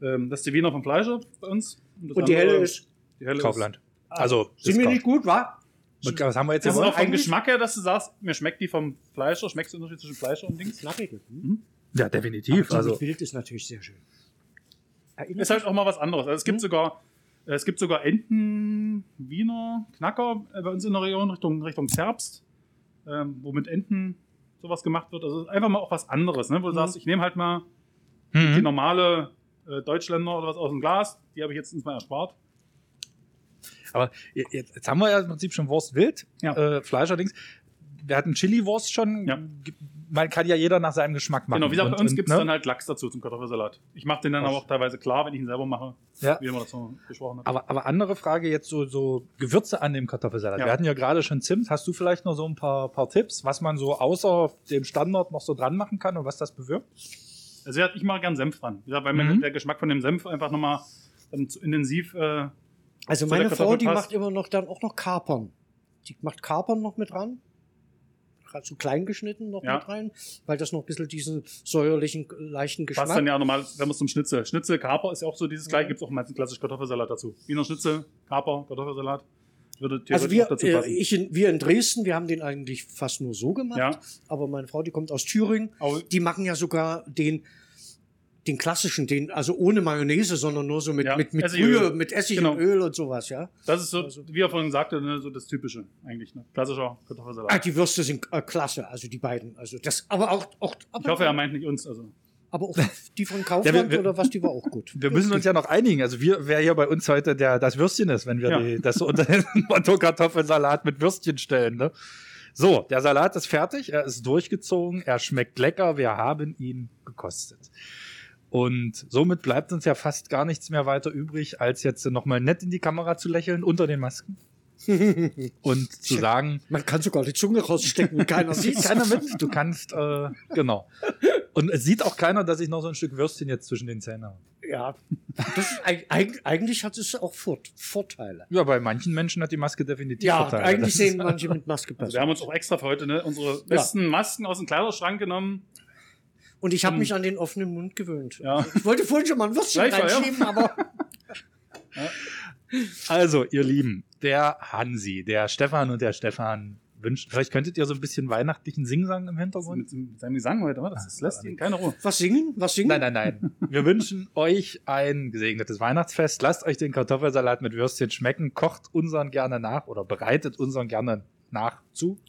Ähm, das ist die Wiener vom Fleischer bei uns. Und das die andere- helle ist, Die helle Kaufland. Ah, Also, sind wir Discount. nicht gut, wa? Und Was haben wir jetzt Ist. Das ist hier? auch vom eigentlich- Geschmack her, dass du sagst, mir schmeckt die vom Fleischer. Schmeckst du den Unterschied zwischen Fleischer und Dings? Knackig. Hm? Ja, definitiv. Die Also, mit Wild ist natürlich sehr schön. Erinnert Ist halt auch mal was anderes. Also es gibt Mhm. sogar es gibt sogar Enten, Wiener, Knacker äh, bei uns in der Region Richtung, Richtung Zerbst, ähm, wo mit Enten sowas gemacht wird. Also einfach mal auch was anderes, ne? wo du Mhm. sagst, ich nehme halt mal die mhm. normale äh, Deutschländer oder was aus dem Glas, die habe ich jetzt uns mal erspart. aber je- jetzt, jetzt haben wir ja im Prinzip schon Wurst wild, Ja. äh, Fleisch allerdings. Wir hatten Chili-Wurst schon. Ja. G- Man kann ja jeder nach seinem Geschmack machen. Genau, wie gesagt, bei Und- uns und, gibt es ne? dann halt Lachs dazu zum Kartoffelsalat. Ich mache den dann aber auch teilweise klar, wenn ich ihn selber mache, Ja. wie wir das schon besprochen haben. Aber, aber andere Frage jetzt so, so Gewürze an dem Kartoffelsalat. Ja. Wir hatten ja gerade schon Zimt. Hast du vielleicht noch so ein paar, paar Tipps, was man so außer dem Standard noch so dran machen kann und was das bewirkt? Also ja, ich mache gern Senf dran, Wie gesagt, weil mir Mhm. der Geschmack von dem Senf einfach nochmal dann zu intensiv äh, Also zu meine der Frau, die Kartoffel passt. macht immer noch dann auch noch Kapern. Die macht Kapern noch mit ran. gerade so klein geschnitten noch Ja. mit rein, weil das noch ein bisschen diesen säuerlichen, leichten Geschmack. Passt dann ja normal, wenn man es zum Schnitzel. Schnitzel, Kaper ist ja auch so dieses gleiche, gibt's auch meistens klassisch Kartoffelsalat dazu. Wiener Schnitzel, Kaper, Kartoffelsalat. Würde theoretisch also wir, auch dazu äh, passen. ich in, wir in Dresden, wir haben den eigentlich fast nur so gemacht. Ja. Aber meine Frau, die kommt aus Thüringen, Aber- die machen ja sogar den, den klassischen, den, also ohne Mayonnaise, sondern nur so mit, Ja, mit, mit Essig, Öl. Brühe, mit Essig Genau. und Öl und sowas, ja. das ist so, Also wie er vorhin sagte, ne, so das Typische eigentlich. Ne? Klassischer Ah, Kartoffelsalat. die Würste sind äh, klasse, also die beiden. Also das, aber auch, auch aber, Ich hoffe, er meint nicht uns. Also. aber auch die von Kaufland Ja, wir- wir- oder was, die war auch gut. Wir müssen uns ja noch einigen. Also wir, wer hier bei uns heute der das Würstchen ist, wenn wir Ja. die, das so unter den Motto Kartoffelsalat mit Würstchen stellen. Ne? So, der Salat ist fertig, er ist durchgezogen, er schmeckt lecker, wir haben ihn gekostet. Und somit bleibt uns ja fast gar nichts mehr weiter übrig, als jetzt nochmal nett in die Kamera zu lächeln unter den Masken und zu sagen, Man kann sogar die Zunge rausstecken, keiner sieht sieht keiner mit. Du kannst, äh, genau. Und es sieht auch keiner, dass ich noch so ein Stück Würstchen jetzt zwischen den Zähnen habe. Ja, das ist, eig- eig- eigentlich hat es auch Vor Vorteile. Ja, bei manchen Menschen hat die Maske definitiv Ja, Vorteile. eigentlich Das sehen ist- manche mit Maske Also wir besser. haben uns auch extra für heute ne, unsere besten Masken aus dem Kleiderschrank genommen. Und ich habe mich an den offenen Mund gewöhnt. Hm. Also, Ja. Ich wollte vorhin schon mal ein Würstchen Gleich war, ja. reinschieben, aber Also, ihr Lieben, der Hansi, der Stefan und der Stefan wünschen. Vielleicht könntet ihr so ein bisschen weihnachtlichen Singsang im Hintergrund. Mit, mit seinem Gesang heute, oder? das, Ah, das lässt ihn keine Ruhe. was singen? Was singen? Nein, nein, nein. Wir wünschen euch ein gesegnetes Weihnachtsfest. Lasst euch den Kartoffelsalat mit Würstchen schmecken. Kocht unseren gerne nach oder bereitet unseren gerne nach zu.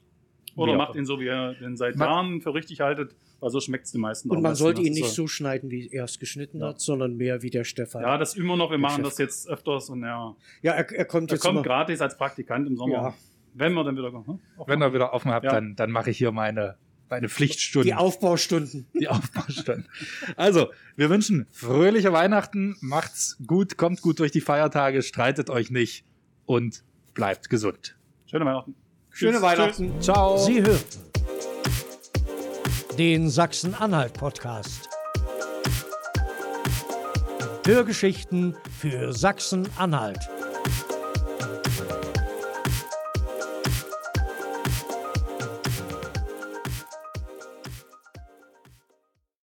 Oder Wie auch macht immer. ihn so, wie er den seit Ma- Jahren für richtig haltet, weil so schmeckt's den meisten. Und am man besten. ne? sollte Das ihn ist nicht so schneiden, wie er es geschnitten Ja. hat, sondern mehr wie der Stefan. Ja, das üben wir noch. Wir machen Chef. das jetzt öfters und ja. Ja, er, er kommt Er jetzt kommt mal. gratis als Praktikant im Sommer. Ja. Wenn wir dann wieder kommen. hm? Auch Wenn ihr wieder offen habt, Ja. dann, dann mache ich hier meine, meine Pflichtstunde. Die Aufbaustunden. die Aufbaustand. Also, wir wünschen fröhliche Weihnachten, macht's gut, kommt gut durch die Feiertage, streitet euch nicht und bleibt gesund. Schöne Weihnachten. Schöne Tschüss. Weihnachten. Ciao. Sie hörten den Sachsen-Anhalt-Podcast. Hörgeschichten für Sachsen-Anhalt.